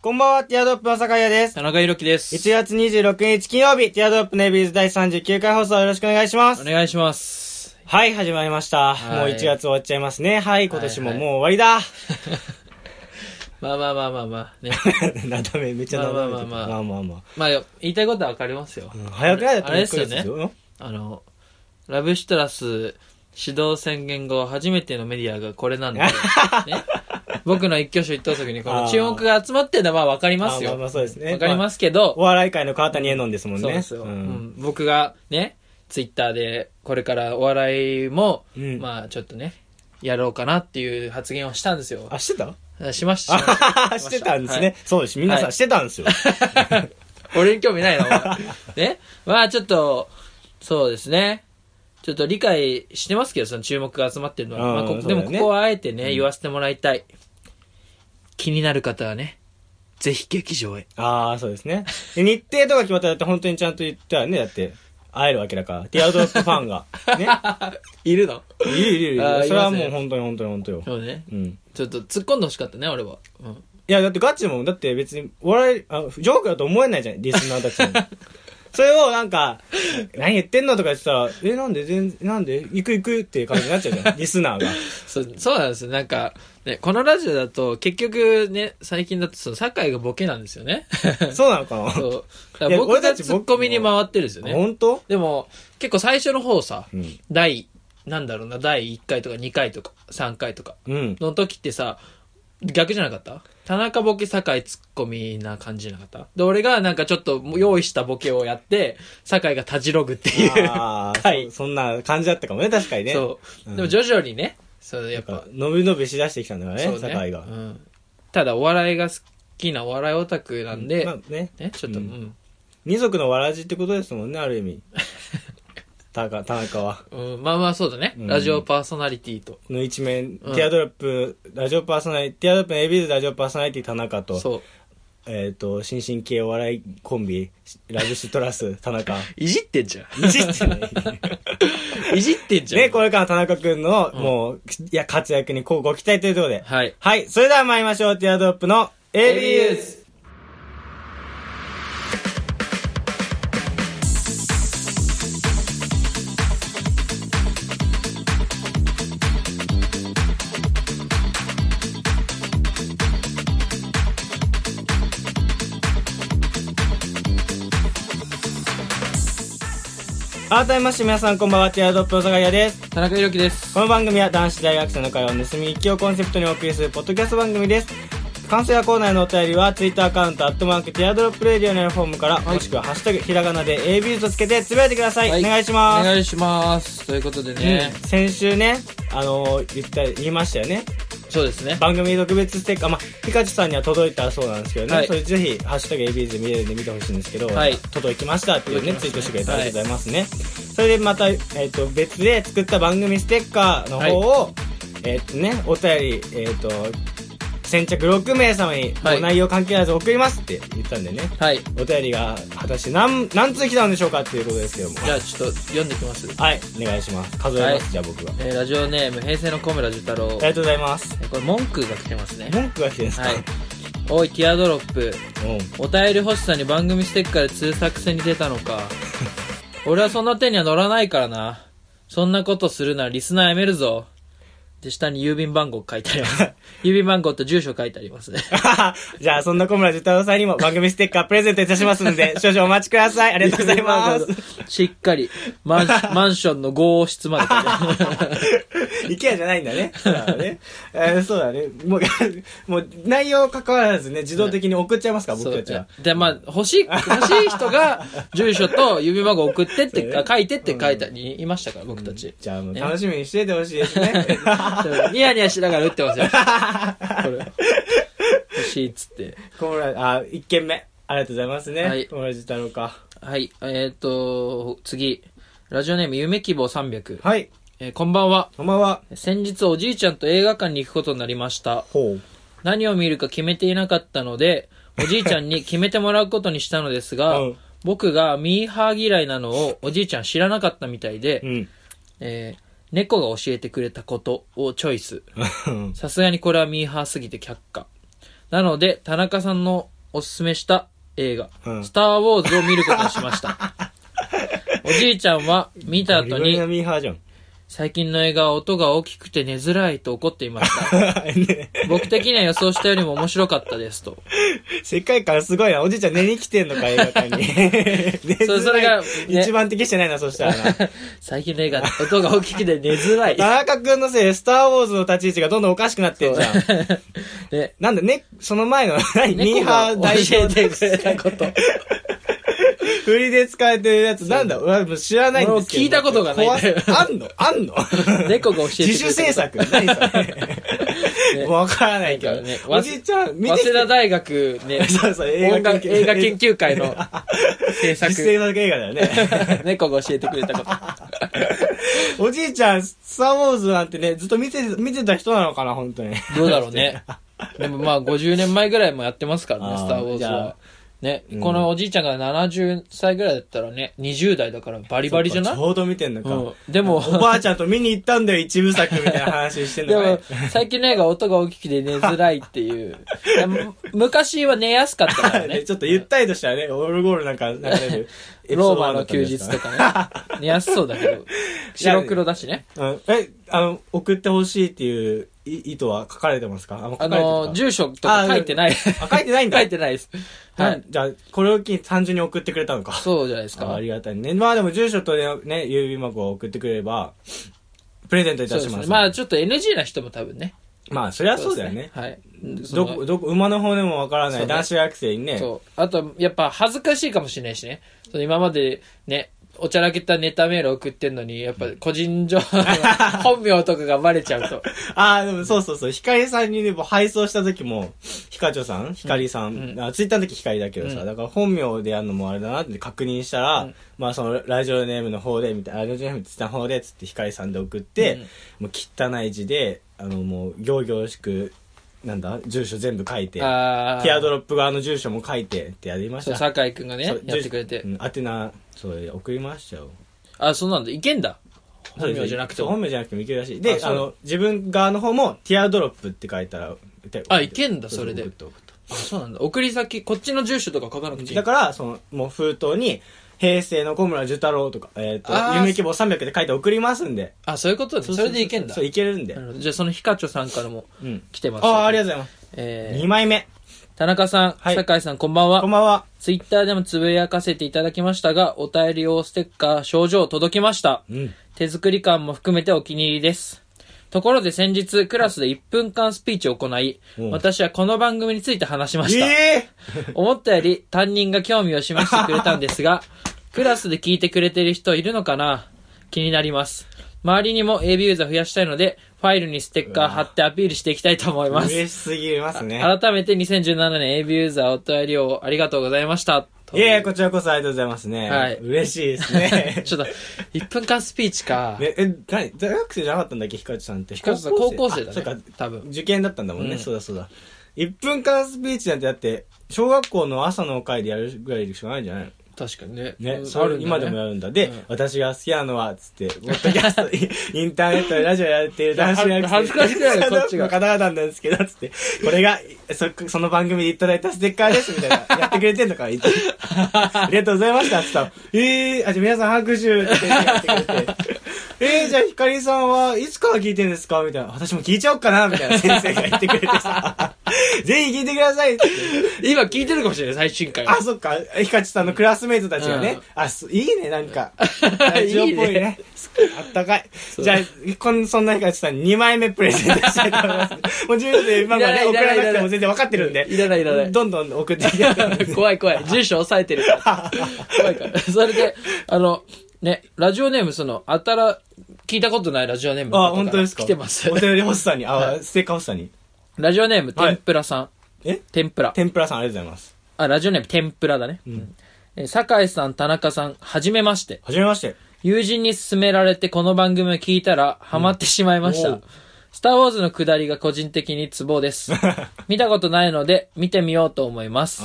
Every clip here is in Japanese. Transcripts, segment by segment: こんばんは、ティアドロップの酒屋です。田中裕樹です。 1月26日金曜日、ティアドロップネイビーズ第39回放送よろしくお願いしますお。願いします。はい、始まりました。はいもう1月終わっちゃいますね。はい、今年ももう終わりだ。 まあまあまあまあまあね。 なだめ、めっちゃなだめてた。ままあまああまあままあ言いたいことはわかりますよあ。うん。早くないだあれですよもう一ねヶ月よあの、ラブシトラス指導宣言後初めてのメディアがこれな んで、ね、僕の一挙手一投足にこあのー注目が集まってるのはまあわかりますあよ。まあまあそうですねわかりますけど、お笑い界の川谷絵音ですもんね。そうですよ、ううんん。僕がね、ツイッターでこれからお笑いも、うんまあちょっとね、やろうかなっていう発言をしたんですよ。あ、してたし ました。しましたあしてたんですね。そうです。皆さはんいしてたんですよ。 俺に興味ないな、お 前ねまあちょっと、そうですね。ちょっと理解してますけど、その注目が集まってるのは。うんまあそうこでだよもねここはあえてね、言わせてもらいたい。気になる方はね、ぜひ劇場へ。ああ、そうですね。で日程とか決まったらだって本当にちゃんと言ったらね、だって、会えるわけだから。ティアドロップファンが。ね。いるのいるいるいるあーそれはもいうますね本当に本当に本当よ。そうね。うん。ちょっと突っ込んでほしかったね、俺は。うん。いや、だってガチも、だって別に、笑い、あジョークだと思えないじゃん、リスナーたちも。 それをなんか、何言ってんのとか言ってたら、え、なんで、全然、なんで、行く行くっていう感じになっちゃう じゃん、リスナーが。そうそうなんですよ。なんか、ね、このラジオだと、結局ね、最近だと、その、酒井がボケなんですよ ね。そうなのかなそう。だいからや僕俺がたちツッコミに回ってるんですよね。本当でも、結構最初の方さ、うん第、なんだろうな、第1回とか2回とか3回とか うん。の時ってさ、逆じゃなかった田中ボケ酒井ツッコミな感じじゃなかったで、俺がなんかちょっと用意したボケをやって、酒井がたじろぐっていう。ああ、はいそそんな感じだったかもね、確かにね。 そう。うんでも徐々にね、そう、やっなんぱか、、伸び伸びしだしてきたんだよね、そう酒井がう。ん。ただ、お笑いが好きなお笑いオタクなんで、まあね、ね、ちょっと、ううんん。二足のわらじってことですもんね、ある意 味。たか、田中は。うん、まあまあ、そうだね、うんラジオパーソナリティと。の一面、うんティアドロップ、ラジオパーソナリティ、ティアドロップのエビーズラジオパーソナリティ田中と、そう。えっ、と、新進系お笑いコンビ、ラブシトラ ス、田中。いじってんじゃいじってない。ん。いじってんじゃん。ね、これから田中くんの、もう、いや、活躍にこうご期待ということで。はい。はい、それでは参りましょう、ティアドロップのエビーズズ改めまして皆さんこんばんは、ティアドロップの坂谷です。田中裕樹です。この番組は男子大学生の会を盗み聞きをコンセプトにお送りするポッドキャスト番組です。感想やコーナーへのお便りは、ツイッターアカウント、アットマーク、ティアドロップレディオのフォームから、もしくは、ハッシュタグ、ひらがなで AB とつけて、つぶやいてください。はお願いしまおす。願いします。ということでね、うん先週ね、あのー言った、言いましたよね。そうですね。番組特別ステッカー、まあ、ピカチュウさんには届いたそうなんですけどね、はいそれぜひ、ハッシュタグ AB ズ見れるんで見てほしいんですけど、はい届きましたっていうね、ツイー届トしくれきましてたねてありがとうございますね。それでまた、えっ、と、別で作った番組ステッカーの方を、えっ、とね、お便り、えっ、と、先着6名様に、はいもう内容関係なず送りますって言ったんでね、はい。お便りが果たして何、何通来たんでしょうかっていうことですけども。じゃあちょっと読んでいきます。はい、お願いします。数えます、はいじゃあ僕が。あえーラジオネーム、平成の小村寿太郎。りがとうございます。えーこれ、文句が来てますね。文句が来てるんですか、はい。おい、ティアドロップ。うん。お便り欲しさに番組ステッカーで通作戦に出たの か。俺はそんな手には乗らないからな。そんなことするならリスナーやめるぞ。で、下に郵便番号書いてあり ます。郵便番号と住所書いてありますね。じゃあ、そんな小村寿太郎さんにも番組ステッカープレゼントいたしますので、 少々お待ちください。ありがとうございます。しっかり、マン シマンションの号室まで書いてある。 IKEA じゃないんだね。そうだね。えーそうだね。もう、もう内容関わらずね、自動的に送っちゃいますから、僕たちは。で、まあ、欲しい、欲しい人が、住所と郵便番号送ってっそて、うねあ書いてって書いて言いましたから、僕たち。じゃあ、もうね楽しみにしててほしいです ね。そうニヤニヤしながら打ってますよ。これ。欲しいっつって。小村、あ、一件目。ありがとうございますね。はい小村寿太郎か。はい、えっ、と、次。ラジオネーム、夢希望300。はい。えーこんばんは。こんばんは。先日おじいちゃんと映画館に行くことになりました。ほう。何を見るか決めていなかった ので、おじいちゃんに決めてもらうことにしたのですが、うん僕がミーハー嫌いなのをおじいちゃん知らなかったみたいで、うん。えー猫が教えてくれたことをチョイス。さすがにこれはミーハーすぎて却下。なので、田中さんのおすすめした映画、うんスター・ウォーズを見ることにしま した。おじいちゃんは見た後ゴリゴリにの、ミーハーじゃん。 最近の映画は音が大きくて寝づらいと怒っていました。ね僕的には予想したよりも面白かったですと。世界観すごいな。おじいちゃん寝に来てんのか、映画 館に。寝そうそれがね一番適してないな、そしたらな。最近の映画、音が大きくて寝づらい。田中くんのせいで、スターウォーズの立ち位置がどんどんおかしくなってんじゃん。 で、なんだ、ね、その前の、何ミー猫ハがー代教え表てで、くれたこと。振りで使えてるやつ、なんだ、俺も知らないんですけど。俺も聞いたことがない怖すあんのあんの猫が教えてくれたこと。自主制作何そ れわからないけど。ねおじいちゃん、見早てき稲て、田大学ね そうそう、音楽映画研究会の制実制作。作映画だよね。猫が教えてくれたこと。おじいちゃん、スター・ウォーズなんてね、ずっと見て、見てた人なのかな、本当に。どうだ ろうね。でもまあ50年前ぐらいもやってますからあね、ースター・ウォーズじゃあは。ね、うんこのおじいちゃんが70歳ぐらいだったらね、20代だからバリバリじゃなちいょうど見てんのか。うんでも、おばあちゃんと見に行ったんだよ、一部作みたいな話してんでのかもね。、最近の映画音が大きくて寝づらいっ ていう。いやむ昔は寝やすかったからね。ね ちょっとゆったりとしたね、オールゴールなんか流れる。 ローマの休日と かね。寝やすそうだけど。白黒だしね。うんえ、あの、送ってほしいっていう意意図は書かれてますかあ、もう書かあれてるかの、住所とか書いてない。あ書いてないんだ書いてないです。ははいい。。じゃあ、これを機に単純に送ってくれたのか。そうじゃないですあかあ。りがたいね。まあでも、住所とね、郵便箱を送ってくれれば、プレゼントいそうたしですまね。す。まあちょっと NG な人も多分ね。まあ、そりゃそうだよね。はい。どこ、どこ、馬の骨もわからそないうね男子学生にね、そう。あと、やっぱ恥ずかしいかもしれないしね。その今までね、おちゃらけたネタメール送ってんのに、やっぱ個人情報、本名とかがバレちゃうと。ああ、でもそうそうそう。ひかりさんにね、もう配送した時も、ひかちょさんひかりさん、うんあ、ツイッターの時ひかりだけどさ、うんだから本名でやるのもあれだなって確認したら、うんまあそのラジオネームの方で、みたいな、ラジオネームって言った方で、つってひかりさんで送って、もう汚い字で、あのもう、行々しく、なんだ、住所全部書 いて、テああ。ィアドロップ側の住所も書いてってやりましそう、た。酒井くんがねそう、やってくれ住。所てうん宛名、そう、送りましたよ。あ、そうなんだ。いけんだ。本名じゃなくてそうも。本名じゃなくてもいけるらしいでああそうの自分側の方も「ティアドロップ」って書いたらであいけんだそれでうそう送った送あ、そうなんだ。送り先、こっちの住所とか書かなくてっいたいだ。からそのもう封筒に「平成の小村寿太郎」とか「えー、とあー夢希望300」って書いて送りますんであ、そういうことで、それでいけんだそう。いけるんでなるほどじゃあ、そのヒカチョさんからもうん来てます。ああありがとうございます、え二ー2枚目田中さん、はい酒井さん、こんばんはこん。ばんはツイッターでもつぶやかせていただきましたが、お便り用ステッカー、症状届きました。うん手作り感も含めてお気に入りです。ところで先日、クラスで1分間スピーチを行いうん、私はこの番組について話しました。え思ったより担任が興味を示してくれたんです が、クラスで聞いてくれてる人いるのかな気になります。周りにも AB ユーザー増やしたいので、ファイルにステッカー貼ってアピールしていきたいと思いー、ます。嬉しすぎますね改めて2017年 AB ユーザーお便りをありがとうございました。といえいえこちらこそありがとうございますね、はい嬉しいです ね ちょっと、1分間スピーチか。ねえ何大学生じゃなかったんだっけひかちさんってひヒカチさん高校生だねそうか多分。受験だったんだもんね、うんそうだそうだ1分間スピーチなんてだって小学校の朝の会でやるぐらいしかないんじゃないの確かにね。ね、うんそれんだね今でもやるんだ。で、うん私が好きなのは、つって、ポッドキャスト、 イインターネットでラジオやってる男子役恥ずかしくないよこっちが方々なんですけど、つって、これが、そ、その番組でいただいたステッカーです、みたいな。やってくれてんのか、言って ありがとうございました、つったらえー、あ、じゃあ皆さん拍手ってやってくれて。えー、じゃあひかりさんはいつから聞いてるんですかみたいな。私も聞いちゃおっかな、みたいな先生が言ってくれて さ。ぜひ聞いてください、つって。今聞いてるかもしれない、最新回。あ、そっか。ひかちさんのクラスメイトたちがね。うんあ、すいいね、なん か。ラジオっぽいいいねね。すあったかい。じゃあ、こんそんなひかちさんに2枚目プレゼントしたいと思い ます。もう住所で今まいらなでい送らいらなくないいてらなもい全然分かってるんで。いらないいらないどんどん送っていた だいて。怖い怖い。住所押さえてる から。怖いから。それで、あの、ね、ラジオネーム、その、あたら、聞いたことないラジオネームのあ、方ら本当ですか来てますお。便り星さんに、あ、ステッカー星さんに。ラジオネーム、はい天ぷらさん。え天ぷら。天ぷらさんありがとうございます。あ、ラジオネーム、天ぷらだね。うんえー酒井さん、田中さん、はじめまして。はじめまして。 友人に勧められてこの番組を聞いたら、ハマってしまいました。おうスターウォーズの下りが個人的にツボ です。見たことないので、見てみようと思います。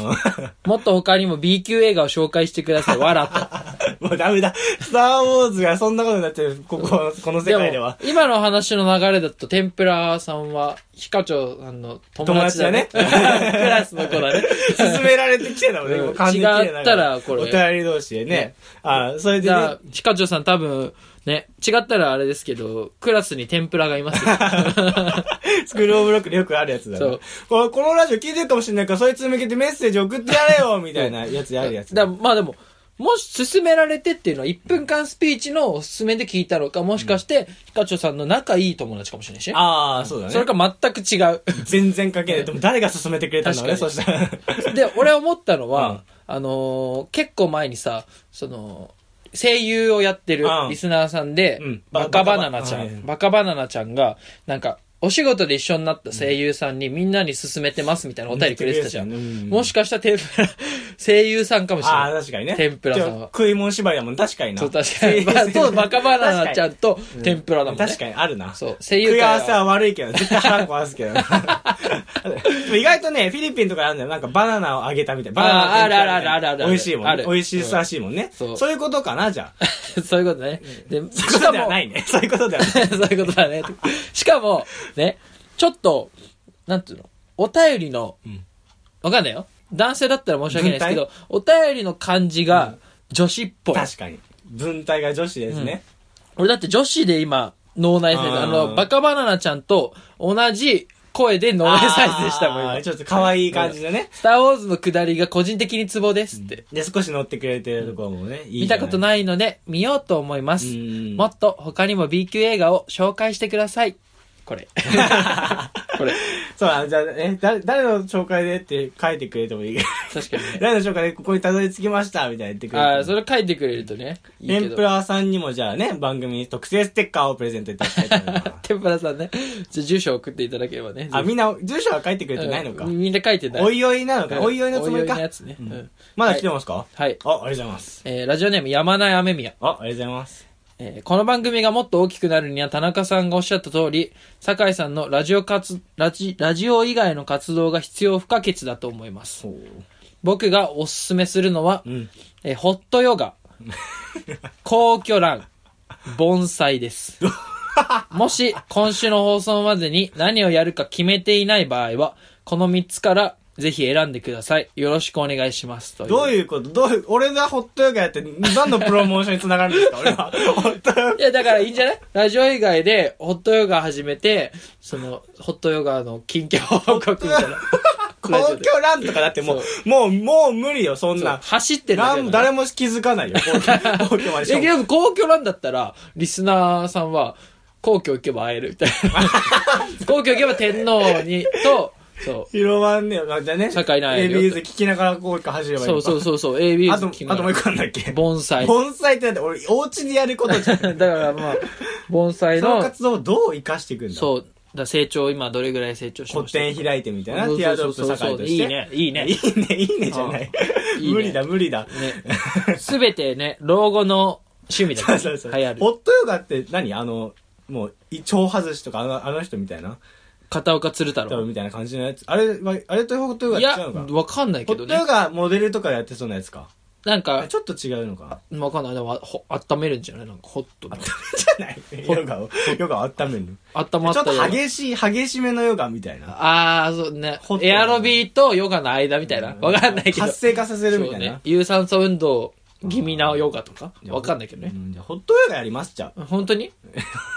もっと他にも B 級映画を紹介してください。わらと。もうダメだ。スター・ウォーズがそんなことになってる、ここ、この世界では。も今の話の流れだと、天ぷらさんは、ヒカチョさんの友達だね。友 クラスの 子だね。勧められてきてたもんね、うんもう完全に来て違ったらこれお便り同士でね。あそれでじゃあね、、ヒカチョさん多分、ね、違ったらあれですけど、クラスに天ぷらがいますよ。スクロールブロックでよくあるやつだそねう。ここのラジオ聞いてるかもしれないから、そいつに向けてメッセージ送ってやれよ みたいなやつやるやつ。だまあでも、もし勧められてっていうのは1分間スピーチのおすすめで聞いたのか、もしかして、ヒカチョさんの仲いい友達かもしれないしね。ああ、そうだね。それか全く違う。全然関係ない。でも誰が勧めてくれたんだろうね、そ確したら。 で、俺思ったのは、うんあのー結構前にさ、その、声優をやってるうんリスナーさんで、うんバカバナナちゃバカバナん、バカバナナちゃんが、なんか、お仕事で一緒になった声優さんにみんなに勧めてますみたいなお便りくれてたじゃん。言ってくれてたよねうんもしかしたら天ぷら、 声優さんかもしれああ、ない。確かにね。天ぷらさんは食い物縛りだもん、確かにな。そう、確 かに。まあ、そう、バカバナナちゃんと天ぷらだもんね。確かにあるな。そう、声優食界い合わせはは悪いけど、絶対腹壊すけ ど。でも意外とね、フィリピンとかあるんだよ。なんかバナナをあげたみたいな。バナナの天ぷらみたいなあるあるあるあるある美味しいもあんね。る美味しいらしいもんね。そうそういうことかな、じゃあ。 そういうことね。そで、ういうしことかではもな、い ね。そういうことではない。そういうことだね。しかも、ね、ちょっと、なんていうの、お便りの、んわかんないよ。男性だったら申し訳ないですけど、お便りの感じが女子っぽい。確かに。文体が女子ですね。俺だって女子で今、脳内サイズ、あーあの、バカバナナちゃんと同じ声で脳あ内ーサイズでしたもん、今ちょっと可愛い感じでね。スターウォーズの下りが個人的にツボですって。で、少し乗ってくれてるところもね、いい見たことい。ないので、見ようと思います。うんもっと他にも B 級映画を紹介してください。これ。これ。そうだ、じゃあ、え、誰、誰の紹介でって書いてくれてもいいけど。確かにね。 誰の紹介でここにたどり着きましたみたいな言ってくれて。ああ、それ書いてくれるとね。いいけ天ど。ぷ。らさんにもじゃあね、番組特製ステッカーをプレゼントいただきたいと思います 天ぷらさんね。じゃあ住所送っていただければね。あ、みんな、住所は書いてくれてないのかう。んみんな書いてない。おいおいなのうか。んおいおいのつもりおいおいのか。やつね。うんうんまだ来てますかはい。あ、ありがとうございます。えーラジオネーム山内雨宮。あ、ありがとうございます。えーこの番組がもっと大きくなるには田中さんがおっしゃった通り、酒井さんのラジオ活、ラジ、ラジオ以外の活動が必要不可欠だと思います。そう。僕がおすすめするのはう、ん。えーホットヨ ガ、皇居ラン、盆 栽です。もし、今週の放送までに何をやるか決めていない場合は、この3つからぜひ選んでください。よろしくお願いします。という。どういうことどういう、俺がホットヨガやって、何のプロモーションにつながるんです か俺は。ホットヨガいや、だからいいんじゃないラジオ以外で、ホットヨガ始めて、その、ホットヨガの近況報告 みたいな。公共ランとかだっても、そうもう、もう無理よ、そんそうな。走ってるだけだなんから誰も気づかないよ、 公共公共までしえ、ょ。でも皇居なんだったら、リスナーさんは、皇居行けば会えるみたい な。皇居行けば天皇に、と、そ広まんねよ。じゃあね。社会内エよビーズ聞きながら公共走れう。ばいいそのうかそうそうそう、AB あと、あともう一個なんだっけ盆栽。盆栽ってだって俺、お家でやることじ ゃん。だからまあ、盆栽そのの、活動をどう生かしていくんだう。そう、だから成長、今どれぐらい成長し個ました展開いてみたいな、そうティアドそロッうプそうそう社会といして。いね、いいね。いいね、いいねじゃない。いいね無理だ、無理だ。ね。すべてね、老後の趣味だそかうそうそう。ら、流行ホる。ットヨガって何あの、もう、い超外しとか、あのあの人みたいな、片岡鶴太多分郎。みたいな感じのやつ。あれは、あれとホットヨガい違や、うのかわかんないホけッどトねヨ。ガモデルとかやってそうなやつか。なんか、ちょっと違うのか。わかんない。でも、ほ温めるんじゃないなんか、ホットで。 じゃないヨガを、ヨガを温めるの。温まっちょたっとような激しい、激しめのヨガみたいな。ああ、そうねホッ。トなエアロビとヨガの間みたいな。わかんないけど。活性化させるみそたういねな。。有酸素運動気味なヨガとか。わかんないけどねう。んじゃあホットヨガやりますじゃあ。本当に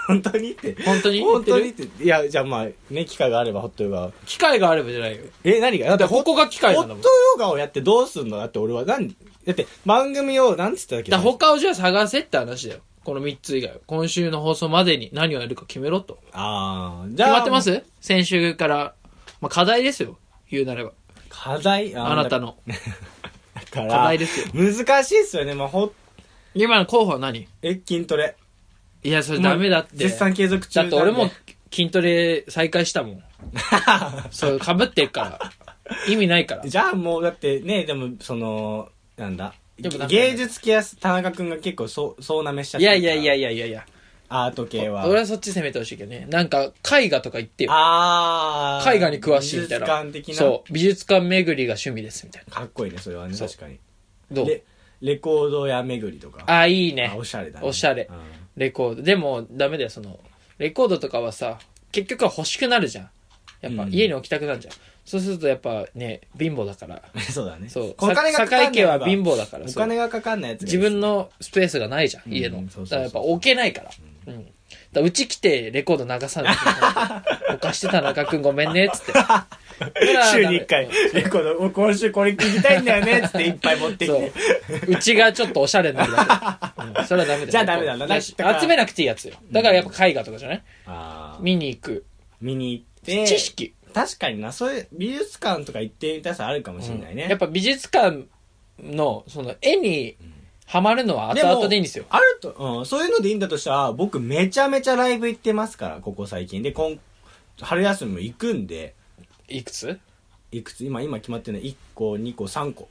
本当にって。本当に本当に言って。いや、じゃあまあ、ね、機会があればホットヨガを。機械があればじゃないよ。え、何がだってここが機械ホなッんトだヨもガん。をやってどうすんのだって俺は、なんだって番組を、なんつってたっけだから他をじゃあ探せって話だよ。この3つ以外は。今週の放送までに何をやるか決めろと。あー、じゃあ。決まってます先週から。まあ、課題ですよ。言うなれば。課題あなた。の。だから、課題ですよ。難しいっすよね。まあ、ほっ、今の候補は何え、筋トレ。いや、それダメだって。もう絶賛継続中だって俺なんもで筋トレ再開したも ん。そう、被ってっから。意味ないから。じゃあもうだってねでもそのなんだでもなんかね芸術系は田中君が結構そうそうなめしちゃっいてるやからいやいやいやいやいや。アート系は俺はそっち攻めてほしいけどね。なんか、絵画とか行ってよ。ああ絵画に詳しいみたいな。美術館的なそう。美術館巡りが趣味ですみたいな。かっこいいねそれはねそう確かにどうでレコード屋巡りとか。あ、いいねあ。おしゃれだね。おしゃれう。んレコード。でも、ダメだよ、その、レコードとかはさ、結局は欲しくなるじゃん。やっぱ、うん家に置きたくなるじゃん。そうすると、やっぱね、貧乏だから。 そうだね。そう。お金がかかんない家は貧乏だから。おそう金がかかんないやつがいい自分のスペースがないじゃん、家の。うんだそうそうそうからやっぱ置けないから。うん。だからうち来てレコード流さない と。お貸してた中くんごめんね、っつって。週に1回うん、レコード、もう今週これ聞きたいんだよね、つっていっぱい持ってきそてう。。うちがちょっとおしゃれになるだけ。うんそれはダメだよじゃあダメだなだし集めなくていいやつよ。だからやっぱ絵画とかじゃないあー見に行く。見に行って。知識。確かにな、そういう美術館とか行ってみたさあるかもしれないね。やっぱ美術館の、その絵にハマるのは後々でいいんですよ。あると、うん、そういうのでいいんだとしたら、僕めちゃめちゃライブ行ってますから、ここ最近。で、今、春休みも行くんで、いくついくつ今、今決まってるの1個、2個、3個。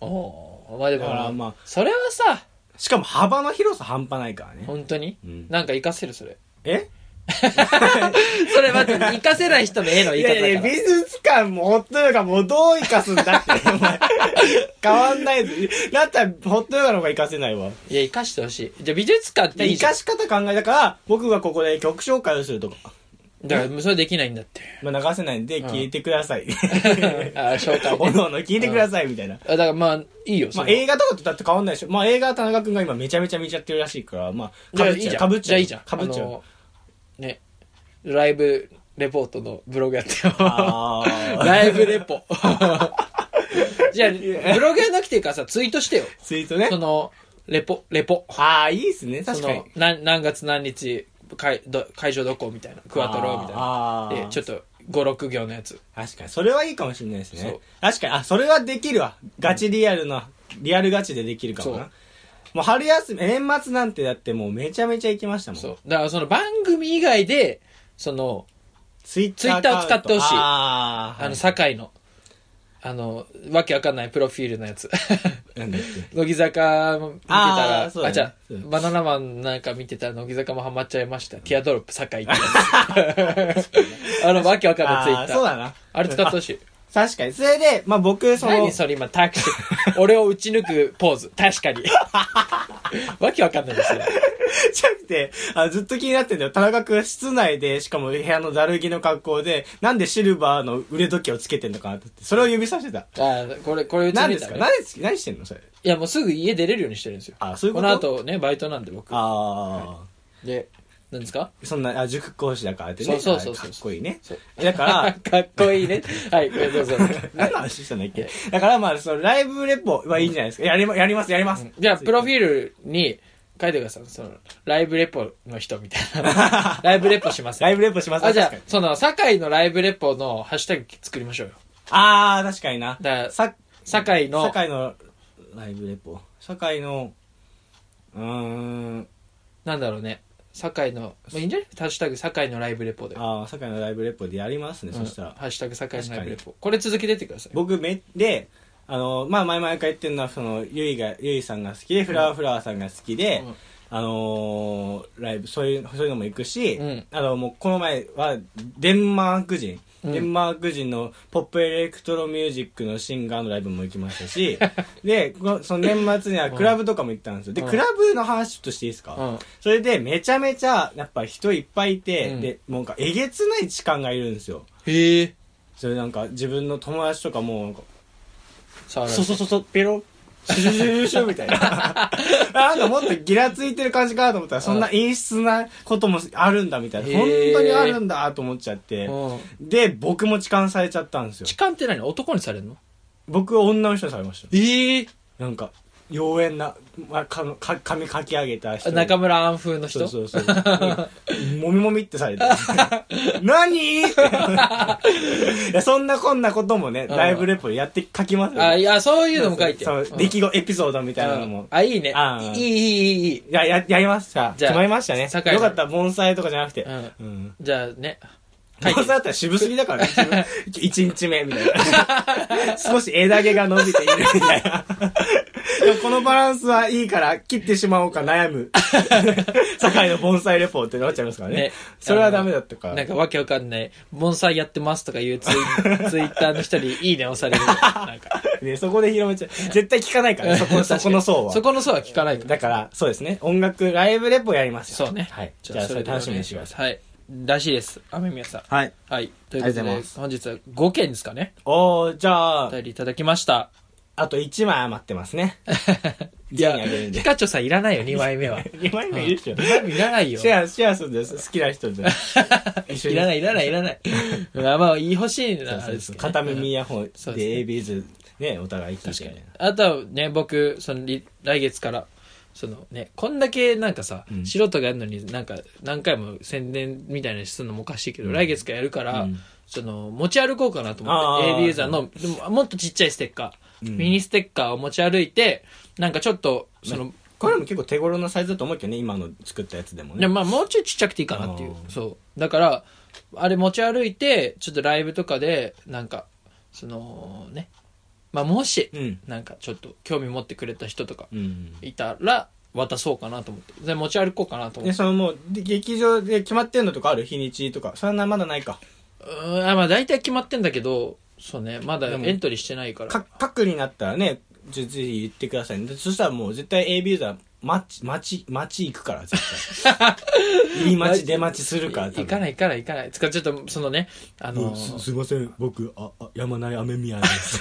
おおー。まあでだからも、まあそれはさ、しかも幅の広さ半端ないからね。本当に、うんなんか活かせるそれ。え それまず活かせない人の絵の言い方だから。術館もホットヨガもどう生かすんだって、 お前。変わんないぞ。だったらホットヨガの方が生かせないわ。いや、生かしてほしい。じゃあ美術館っていい生じゃんか。し方考えたから、僕がここで曲紹介をするとか、だから、それできないん だって。まあ、流せないんでうん聞いてください。 あ紹介ねおのおの聞いてください、みたいな。あだからまあ、いいよ。まあ、それは映画とかとだって変わんないでしょ。まあ、映画は田中君が今めちゃめちゃ見ちゃってるらしいから、まあ、じゃかあぶいっいちじゃう。かぶゃん。っちゃう。じゃあいいじゃん。かぶっちゃあう。のね、ライブレポートのブログやってよ。あー ライブレポ。 じゃあ、ブログやなくていいからさ、ツイートしてよ。ツイートねそ。の、レポ、レポ。ああ、いいっすね、確そかにの。、何何月何日、会ど会場どこみたいな。クワトロみたいあーな。で、ちょっと、5、6行のやつ。確かに、それはいいかもしれないですそねう。確かに、あ、それはできるわ。ガチリアルな、リアルガチでできるかもそうな。もう春休み、年末なんてだってもうめちゃめちゃ行きましたもん。そう。だからその番組以外で、その、ツイッツイッターを使ってほしいあーあの、堺の、あの、わけわかんないプロフィールのやつ。 なんだっけ乃木坂も見てたら、あーあ、そうだねじゃあそうバナナマンなんか見てたら乃木坂もハマっちゃいました。ティアドロップ堺ってや つ。 あの、わけわかんないツイあッータそうー。だな。あれ使ってほしい。確かに。それで、まあ僕、その何、それ今、タクシー。俺を打ち抜くポーズ。確かに。 わけわかんないですよ。じゃなくて、あずっと気になってんだよ。田中君室内で、しかも部屋のだるぎの格好で、なんでシルバーの腕時計をつけてんのかなって。それを指さしてた。あーこれ、これ打ち何抜でいすた、からね。何です何してんのそれ。いや、もうすぐ家出れるようにしてるんですよ。あそういうことこの後ね、バイトなんで僕。ああ。で、何ですかそんな、あ、塾講師だからってね。そうそうそうあそうかっこいいねそう。だから、 かっこいいね。はい、これどうぞ。何の話したんだっけだからまあ、そのライブレポはいいんじゃないですか。やりま、やります、やります。じゃあ、プロフィールに書いてください。その、ライブレポの人みたい な。ライブレポします。ライブレポします。あ、じゃあ確かに、その、堺のライブレポのハッシュタグ作りましょうよ。あー、確かにな。だからさ、堺の、堺のライブレポ。堺の、うーん、なんだろうね。堺の、まあ、いいんじゃないハッシュタグ堺のライブレポで。あー、堺のライブレポでやりますね、うんそしたら。ハッシュタグ堺のライブレポ。これ続けてってください。僕め、で、あの、まあ、前々から言ってるのは、その、ゆいが、ゆいさんが好きで、フラワーフラワーさんが好きで、うんあのーライブ、そういう、そういうのも行くし、うんあの、もう、この前は、デンマーク人、うんデンマーク人のポップエレクトロミュージックのシンガーのライブも行きました し、で、このその年末にはクラブとかも行ったんですよ。で、うんクラブの話ちょっとしていいですか、うんそれで、めちゃめちゃ、やっぱ人いっぱいいて、うんで、もうなんか、えげつない痴漢がいるんですよ。へえ。それなんか、自分の友達とかも、なんか、触らそうそうそうそう、ペロシュシュシュシュシュみたいな。 あなんかもっとギラついてる感じかなと思ったら、そんな陰湿なこともあるんだみたいへな。本ー当にあるんだと思っちゃって。うん。で、僕も痴漢されちゃったんですよ痴。漢って何男にされるの僕は女の人にされましたよ。ええ。なんか、妖艶な、まあ、かのか髪かき上げた人。中村アン風の人そうそうそう。 もみもみってされて。 何 っていやそんなこんなこともね、うんライブレポやって書きますよあ、いや、そういうのも書いて。そううん出来事、エピソードみたいなのうんも。あ、いいねあ。いい、いい、いい、いい。いや、や、やりました。じゃ決あまりましたね。堺よのかった、盆栽とかじゃなくて。ううん。じゃあね。盆栽だったら渋すぎだから、ね、1日目みたいな。少し枝毛が伸びているみたいな。 でもこのバランスはいいから切ってしまおうか悩 む。酒井の盆栽レポってなっちゃいますからね。ねそれはダメだったかなんら。かわけわかんない、盆栽やってますとかいう ツイツイッターの人にいいね押される。なんかね、そこで広めちゃう。絶対聞かないからね、そこ、 確かそにこの層は。そこの層は聞かないから。だから、そうですね。音楽、ライブレポやりますよ。そうね。はい。じじゃゃああ、そそれれでお願楽いしみにしてください。はい。らしいです。雨宮さん。はい。はい。というありがことうとございでま、す本日は5件ですかね。おー、じゃおあ、便りいただきました。あと1枚余ってますね。いや全員あげるん、でピカチョさんいらないよ、2枚 目は。 2枚目いるでしょ。 2枚目いらないよ。シェア、シェアするんです。好きな 人で。一緒いにらない、いらない、い らない。まあまあ、欲しいな、あれですけどね片耳イヤホンでそうですね ABs ね、お互い聞い確かてに。あとはね、僕、その、り来月から、そのね、こんだけなんかさ、うん素人がやるのになんか何回も宣伝みたいなのするのもおかしいけど、来月からやるから、うんその、持ち歩こうかなと思って、あー AD ユーザーの、でももっとちっちゃいステッカー、うんミニステッカーを持ち歩いて、なんかちょっと、その、これも結構手頃なサイズだと思うけどね、今の作ったやつでもでね。もまあもうちょいちっちゃくていいかなっていうあ。ーそう。だから、あれ持ち歩いて、ちょっとライブとかで、なんか、そのね、まあもし、うん。なんかちょっと興味持ってくれた人とかうん。いたら、渡そうかなと思って。で持ち歩こうかなと思で、って。そのもう、で劇場で決まってんのとかある日にちとか。そんなまだないか。うーん、あまあ大体決まってんだけど、そうね、まだでもエントリーしてないから。か、核になったらね、ぜぜひ言ってくださいね。でそしたらもう絶対 AB ユーザー、街、街、街行くから、絶 対。入り待ち、出待ちするから、。い行かないい行から行かない。つかちょっと、そのね、あのーいません、僕、あ、あやまない雨宮です。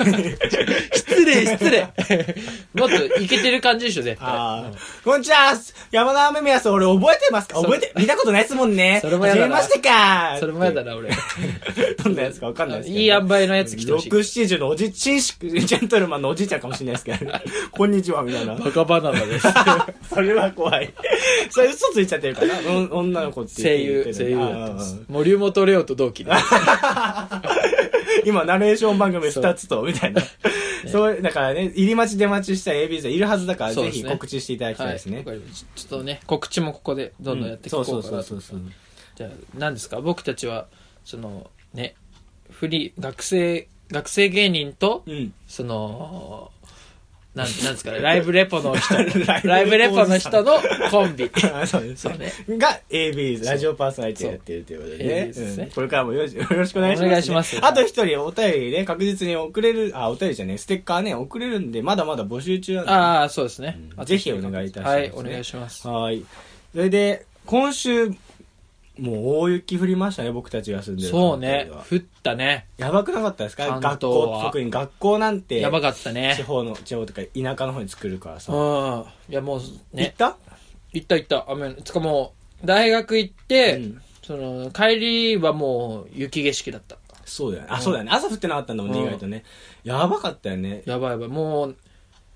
失礼失礼 もっといけてる感じでしょ、絶 対。あーこんにちは山田雨宮さん、俺覚えてますかそう覚えて、見たことないですもんね。それもやだな初めましてかそれもやだな、俺。 どんなやつかわかんないですけど、いい塩梅のやつ来てほしい。 6、70のおじ、紳士、ジェントルマンのおじいちゃんかもしれないですけ ど、こんにちは、みたいな。バカバナナです。 それは怖い。それ嘘ついちゃってる から、うん女の子って声言っ優て、る。声優やってまあすー。森本レオと同期で。今、ナレーション番組2つと、みたい な。そう、だからね、入り待ち出待ちした AB さんいるはずだから、そうぜですひね告知していただきたいですね。はいわかりましたちょっとね、告知もここでどんどんやっていこうかなそと。うそうそうそう。じゃあ、何ですか僕たちは、その、ね、フリー、学生、学生芸人と、うん。その、なん、なんですか ね、ライブレポの人、ラライブレポの人の。のコンビ。 あ そうです。そうね。が AB、ラジオパーソナリティをやってるということでね。そう AB ですねうんこれからもよろしよ ろしくお願いします、お願いしますあと一人お便りね、確実に送れる、あ、お便りじゃねえ、ステッカーね、送れるんで、まだまだ募集中なんで。ああ、そうですねうん。ぜひお願いいたしますはねい、お願いします。はい。それで、今週、もう大雪降りましたね、僕たちが住んでるそうね関東では、降ったね。やばくなかったですか関東は学校、特に学校なんて、やばかったね地。方の、地方とか田舎の方に作るからうさ。ん行。いや、もう、ねっ。た行った行った雨つかもう大学行って、うんその帰りはもう雪景色だったそうだよね。あ、そうだよね。朝降ってなかったんだもんね、うん意外とね。やばかったよね。やばいやばいもう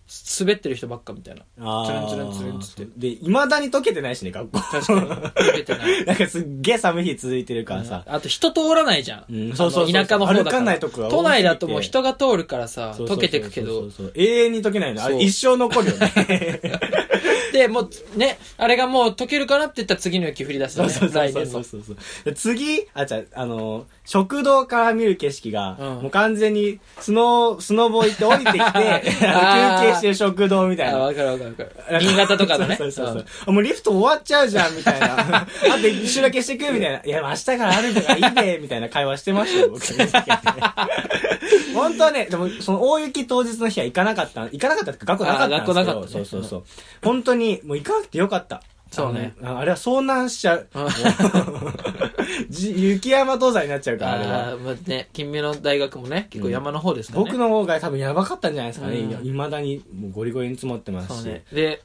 す滑ってる人ばっかみたいなあーつるんつるんつるんつってで、未だに溶けてないしね、学校。確かに溶けてな いなんかすっげえ寒い日続いてるからさ。あと人通らないじゃん、うんそうそうそうあの田舎の方だ歩かからないとこが多すぎて都内だともう人が通るからさそうそうそ溶うけてくけそどうそうそう永遠に溶けないの。あそうれ一生残るよ ね。でもうねあれがもう溶けるかなって言ったら次の雪降り出すそようねそうそう来そう年そうのそうで次、あ、じゃあ、あのー、食堂から見る景色が、うんもう完全に、スノー、スノボ行って降り てきて、ああーの休憩してる食堂みたいあな。分かる分かる分 かる新潟とかのねそうそうそうそううあもうリフト終わっちゃうじゃん、みたいな。 あと一周だけしてくみたいな。いや、明日から歩くからいいね、みたいな会話してましたよ、 僕。本当はね、でも、その大雪当日の日は行かなかった。行かなかったっていうか学校なかったんですけど。あ学校なかったねそうそうそう。本当に、もう行かなくてよかった。そうねあの。あれは遭難しちゃう。んもう じ雪山登山になっちゃうから、あれは。あーまあね金目の大学もね結構山の方ですからね、僕の方が多分やばかったんじゃないですかね。うんいまだに、もうゴリゴリに積もってますそうし。ね。で、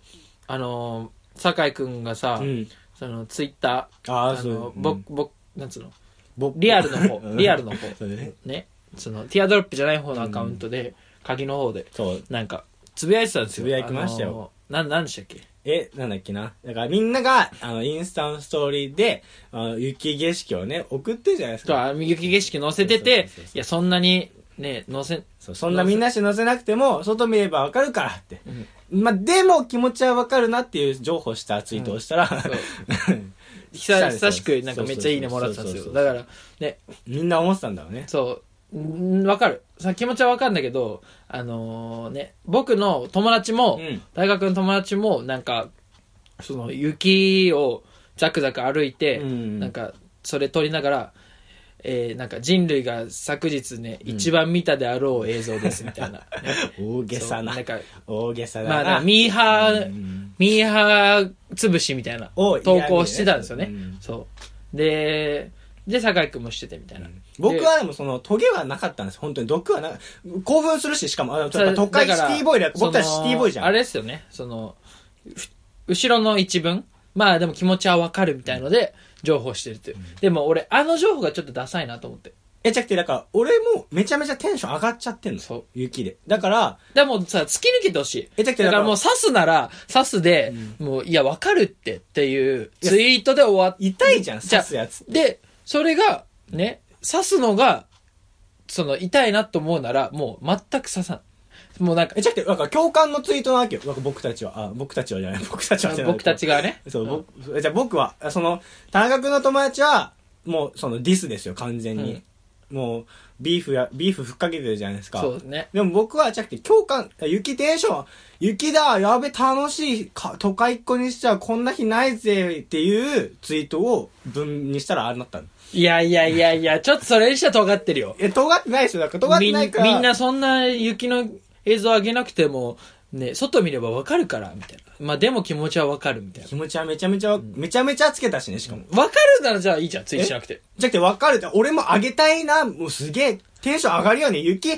あのー、酒井くんがさ、うん。そのツイッター、ああ、のそう。ぼうん、ぼなんつうの、ぼリアルのう方、んリアルのそ方、うね。ね、その、ティアドロップじゃない方のアカウントで、鍵の方で、そう。なんか、つぶやいてたんですよ。つぶやきましたよあのー。なん、なんでしたっけえ、なんだっけな。だからみんなが、あの、インスタのストーリーで、あの雪景色をね、送ってるじゃないですとか。は、雪景色載せてそうてそうそうそう、いや、そんなに、ね、載せ、そうそんなみんなして載せなくても、外見ればわかるからって。まあ、でも気持ちはわかるなっていう情報したツイートをしたら、 そう久々しく、なんかめっちゃいいねもらってたんですそよ。うそうそうそうだから、ね、みんな思ってたんだろうね。そう、うんわかる。さ気持ちはわかるんだけど、あのーね、僕の友達も、うん大学の友達も、なんか、その雪をザクザク歩いて、うんなんか、それ撮りながら、えーなんか人類が昨日ね、一番見たであろう映像です、みたい な。大げさなそうなんか大げさだな、まあ、なんかミーハー、うんミーハー潰しみたいな、を投稿してたんですよね。やるよねうんそう。で、で、酒井くんもしててみたいな。僕はでもそのトゲはなかったんです本当に毒はな興奮するししかもあのちょっと都会シだテからィボーイだ僕たちそのシティボーイじゃんあれですよね。その、ふ後ろの一文。まあでも気持ちはわかるみたいので、情報してるっていう。でも俺、あの情報がちょっとダサいなと思って。えちゃくてだから俺もめちゃめちゃテンション上がっちゃってんのそう雪でだからでもさ、突き抜けてほしい。えだだけどからもう刺すなら、刺すで、もう、いや、わかるってっていうツイートで終わっ痛いじゃんじゃ刺あすやつで、それが、ね、刺すのが、その、痛いなと思うなら、もう全く刺さん。もうなんかえ、ちゃくてだから共感のツイートなわけよなんか僕たちはあ僕たちはじゃない 僕たちはじゃない僕たちがね。そう、ん僕えじゃあ僕はその田中君の友達はもうそのディスですよ完全に、もうビーフやビーフふっかけてるじゃないですかそうね。でも僕はじゃなくて共感、雪テンション、雪だ、やべ、楽しい、か都会っ子にしちゃこんな日ないぜっていうツイートを文にしたらああなったの。いやいやいやいや、ちょっとそれにしては尖ってるよ。え、尖ってないですよ。だから尖ってみんないから。みんなそんな雪の映像上げなくても、ね、外見ればわかるから、みたいな。まあでも気持ちはわかる、みたい気持ちはめちゃめちゃ、めちゃめちゃつけたしね、しかも。な。わかるならじゃあいいじゃん、ツイートしなくて。じゃなくて分かるって、俺も上げたいな、もうすげえ、テンション上がるよね、雪、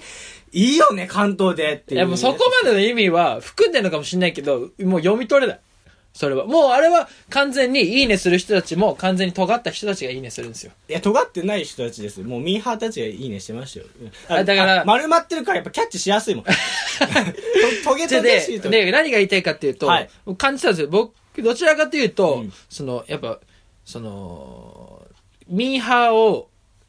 いいよね、関東でっていいう。やもうそこまでの意味は含んでるのかもしれないけど、もう読み取れない。それは。もうあれは完全にいいねする人たちも完全に尖った人たちがいいねするんですよ。いや、尖ってない人たちです。もうミーハーたちがいいねしてましたよ。あだからあ丸まってるからやっぱキャッチしや すいもん。とトゲトゲしで、いと。で、何が言いたいかっていうと、はい感じたんですよ。僕、どちらかというと、うんその、やっぱ、その、ミーハーを、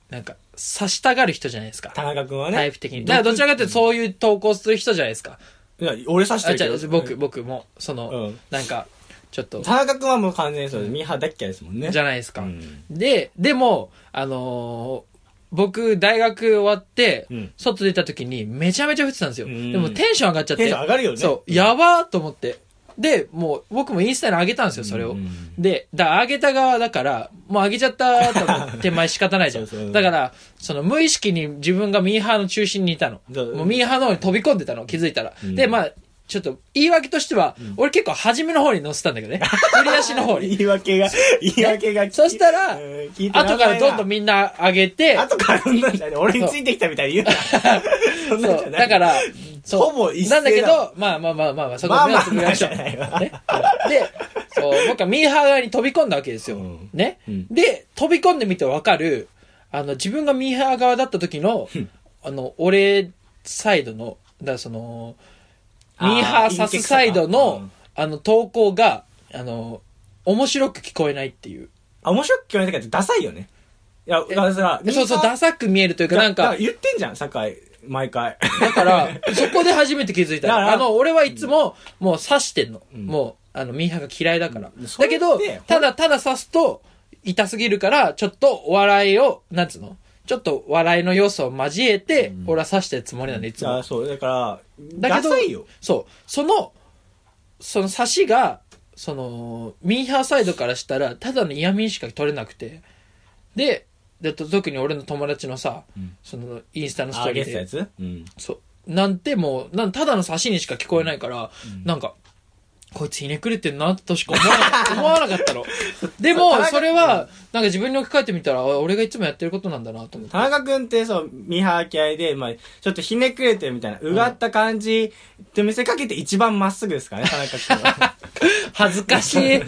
なんか、刺したがる人じゃないですか。田中君はね。タイプ的に。だからどちらかというと、そういう投稿する人じゃないですか。いや、俺刺しあ、て違るうけど。僕、僕も、その、うんなんか、ちょっと、田中君はもう完全にそうです。ミーハーだっけですもんね。じゃないないですか。うんで、でも、あのー僕、大学終わって、うん外出た時に、めちゃめちゃ降ってたんですよ。うんでも、テンション上がっちゃって。テンション上がるよねそう、やばーと思って。で、もう、僕もインスタに上げたんですよ、それを。うんで、だから上げた側だから、もう上げちゃったと思って手前仕方ないじゃそうそん。うだから、その無意識に自分がミーハーの中心にいたの。そうもうミーハーの方に飛び込んでたの、気づいたら。んで、まあ、ちょっと、言い訳としては、俺結構初めの方に乗せたんだけどね。振り出しの方 に。言い訳が、言い訳が聞い。 そしたらうん聞いて後からどんどん見みんな上げて、後からどんどんじゃない。俺についてきたみたいに 言うな。そんなんじそゃう、ないだから、そうほぼ一斉だなんだけど、まあまあまあまあまあ、そこまあ目をまあつぶりましょまう。あねじゃないわで、そう、僕はミーハー側に飛び込んだわけですようん。ねうん。で、飛び込んでみてわかる、あの、自分がミーハー側だった時の、あの、俺サイドの、だからその、あーミーハーサスサイド陰のキ、あの、投稿が、あの、面白く聞こえないっていう。あ、面白く聞こえないけど、ダサいよね。いや、だからさ、そうそう、サダサく見えるというか、なんか、言ってんじゃん、酒井。毎回。だから、 そこで初めて気づいだかた。らあの、俺はいつも、もう刺してんの。んもう、あの、ミーハーが嫌いだから。うんそだれけどって、ただただ刺すと、痛すぎるから、ちょっとお笑いを、なんつうのちょっと笑いの要素を交えて、俺は刺してるつもりなんで、いつだかもら。そう、だから、だけダどサいよ。そう。その、その刺しが、その、ミーハーサイドからしたら、ただの嫌味にしか取れなくて。で、でと特に俺の友達のさ、その、インスタのストあーリげーてでたや。つうん。そう。なんてもう、なんただの差しにしか聞こえないから、なんか、こいつひねくれてんなとしか思わな思わなかったの。でも、それは、なんか自分に置き換えてみたら、あ俺がいつもやってることなんだなと思って。田中君ってそう、ミーハー気合いで、まあちょっとひねくれてるみたいな、うがった感じって見せかけて一番まっすぐですからね、田中君は。恥ずかしい。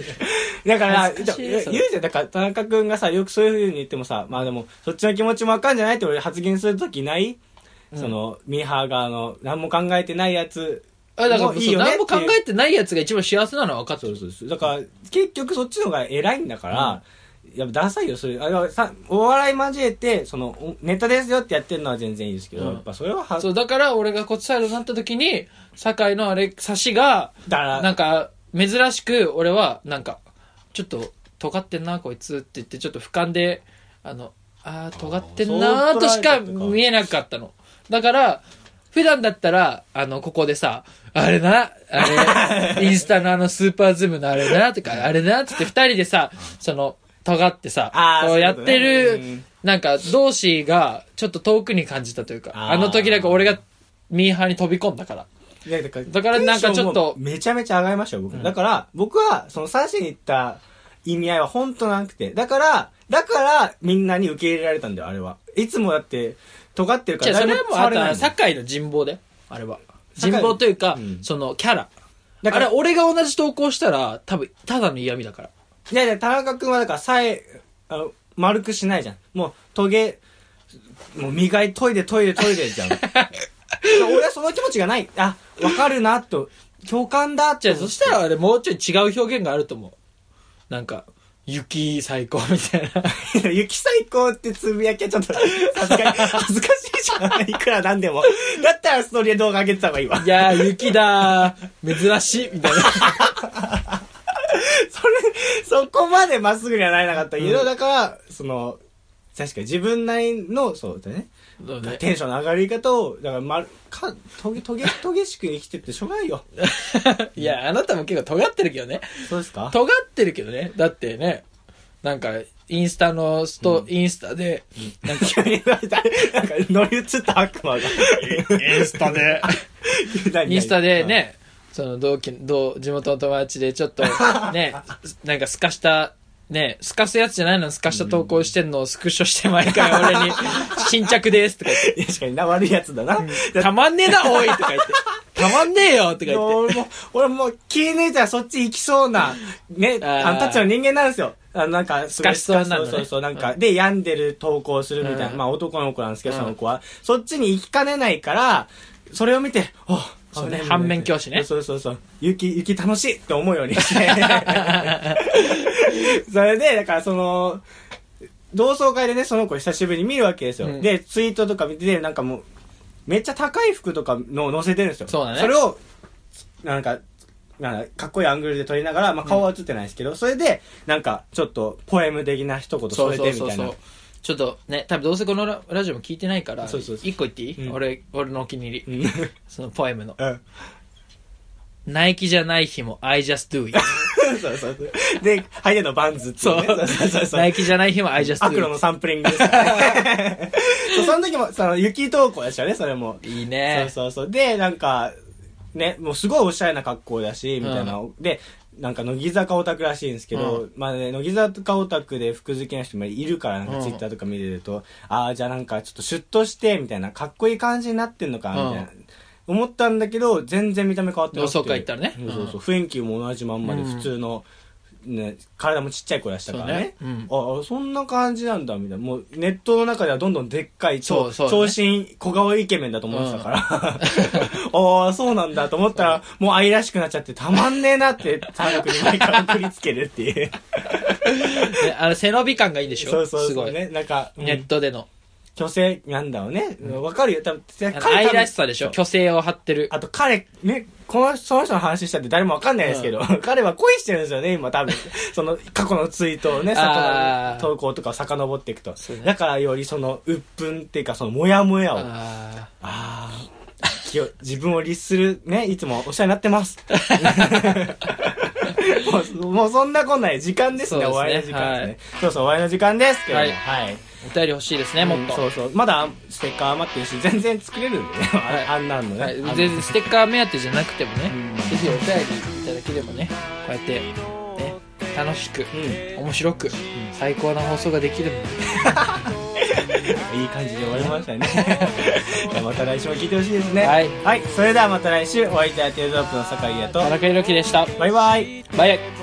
だから、恥ずかしい言うそれ言うじゃん、だから田中君がさ、よくそういう風に言ってもさ、まあでも、そっちの気持ちもわかんじゃないって俺発言するときない、その、ミーハー側の、何も考えてないやつ。あだから、もういいよねそう何も考っていうえてないやつが一番幸せなのは分かってそうる。そうそう。だから、結局そっちの方が偉いんだから、やっぱダサいよ、それ。あだからさお笑い交えて、その、おネタですよってやってるのは全然いいですけど、うんやっぱそれはは、そう、だから俺がこっちサイドになった時に、酒井のあれ、差しが、だから、なんか、珍しく、俺は、なんか、ちょっと、尖ってんな、こいつって言って、ちょっと俯瞰で、あの、あー尖ってんなーとしか見えなかったのだから普段だったらあのここでさあれなあ れインスタのあのスーパーズームのあれなとかあれなっつって二人でさその尖ってさあーこそうういうやっことねてる、うんなんか同士がちょっと遠くに感じたというかああーの時だけ俺がミーハーに飛び込んだからいやだからだからなんかちょテンっとションもめちゃめちゃ上がりましたよ、僕。だから、僕は、その最初に言った意味合いは本当なくて。だから、だから、みんなに受け入れられたんだよ、あれは。いつもだって、尖ってるかじらゃあそ誰れもはもう触あれとないはもん。だ酒井の人望であれは酒井人望というか、うんそのキャラかあれら、俺が同じ投稿したら多分ただの嫌味だからいやいや、田中君はだから、さえ、あの丸くしないじゃん。もう、トゲ、もう磨い、トイレ、トイレ、トイレ じゃん。だから俺はその気持ちがない。あ、わかるな、と。共感だ、じゃとあそしたらあれもうちょい違う表現があると思うなんか雪最高みたい ないや 雪最高ってつぶやきはちょっと、さすがに、恥ずかしいじゃん。いくらなんでも。だったらストーリーで動画上げてた方がいいわ。 いやー雪だー珍しいみたいなそれ、そこまでまっすぐにはなれなかったけど、うんだから、その、確かに自分なりの、そうだね。 そうねテンションの上がり方を、だから、ま、か、とげ、とげ、とげしく生きてってしょうがないよ。いやあなたも結構尖ってるけどねそうですか尖ってるけどねだってねなんかインスタのスト、インスタで、なんか急に言われたなんか乗り移った悪魔が。 インスタでインスタで。ね、その同期、同、地元の友達でちょっ と、ね、なんかすかした、ね、すかすやつじゃないのにすかした投稿してんのをスクショして毎回 俺に、新着ですとか言何何って、確かにな、悪いやつだな。だたまんねえな、おいとか言 って、たまんねえよとかいや言っ俺も、俺もう気抜いたらそっち行きそうな、ね、あーあの、タッチの人間なんですよ。あの、なんか、すかしそうなのねそうそうそう、なんか、で、病んでる投稿するみたいな、うんまあ男の子なんですけど、うんその子は。そっちに行きかねないから、それを見て、おそうね反面教師ねそうそうそう。雪、雪楽しいって思うように して。それで、だからその、同窓会でね、その子久しぶりに見るわけですよ。うんで、ツイートとか見て、なんかもう、めっちゃ高い服とかの載せてるんですよ。そうだねそれを、なんか、なんかかっこいいアングルで撮りながら、まあ、顔は映ってないですけど、それで、なんか、ちょっと、ポエム的な一言て、添そうえそうてみそうたいそなう。。ちょっとね、多分どうせこのララジオも聞いてないから、そうそうそう一個言っていい、うん俺、俺のお気に入うり。ん そのポエムの。うん ナイキじゃない日も I just do it。そうそうそう。で、履いてんのバンズってい そうね、う。 ナイキじゃない日も I just アク do ロのサンプリングですから ねそうその時も、その、雪投稿でしたね、それも。 it。いいそねう。そうそう。で、なんか、ね、もうすごいおしゃれな格好だし、みたいな。で、なんか、乃木坂オタクらしいんですけど、うまあね、乃木坂オタクで服好きな人もいるから、なんうかんツイッターとか見てると、ああ、じゃあなんかちょっとシュッとして、みたいな、かっこいい感じになってんのか、みたいな。うん思ったんだけど、全然見た目変わってなくて。同窓会行ったらねそうそうそう。雰囲気も同じまんまで、うん普通の、ね、体もちっちゃい子らしたからね。そうねああ、そんな感じなんだ、みたいな。もう、ネットの中ではどんどんでっかい、そうそう長身小顔イケメンだと思ってたから、 ああ、そうなんだと思ったら、もう愛らしくなっちゃって、たまんねえなって、田中に毎回送りつけるっていう。 ねあの背伸び感がいいでしょそうそうすそごう。い。ね、なんか、うんネットでの。虚勢なんだろうね。わ、かるよ。多分あの愛らしさでしょそう虚勢を張ってる。あと彼、ね、この、その人の話したって誰もわかんないですけど、彼は恋してるんですよね、今多分。 その、過去のツイートをね、あー投稿とかを遡っていくと。そうねだからよりその、鬱憤っていうか、その、モヤモヤを。あああ、気を自分を律するね、いつもお世話になって ます。もうもうそんなこんない時間ですね、そう終わりでのす時ね間ですね。そうそう、終わりの時間ですけども、は。はいいーお便り欲しいですね、もっうんと。そうそう。まだステッカー余ってるし、全然作れるんでね、いああんなんのね。 はいあの全然ステッカー目当てじゃなくてもねうん、ぜひお便りいただければね、こうやって、ね、楽しく、面白く、最高な放送ができるので、うん、いい感じで終わりました ね。じゃあまた来週も聞いてほしいですね。はいはい。それではまた来週、お相手はテールドロップの酒井優と田、中裕樹でした。バイバイ。バイバイ。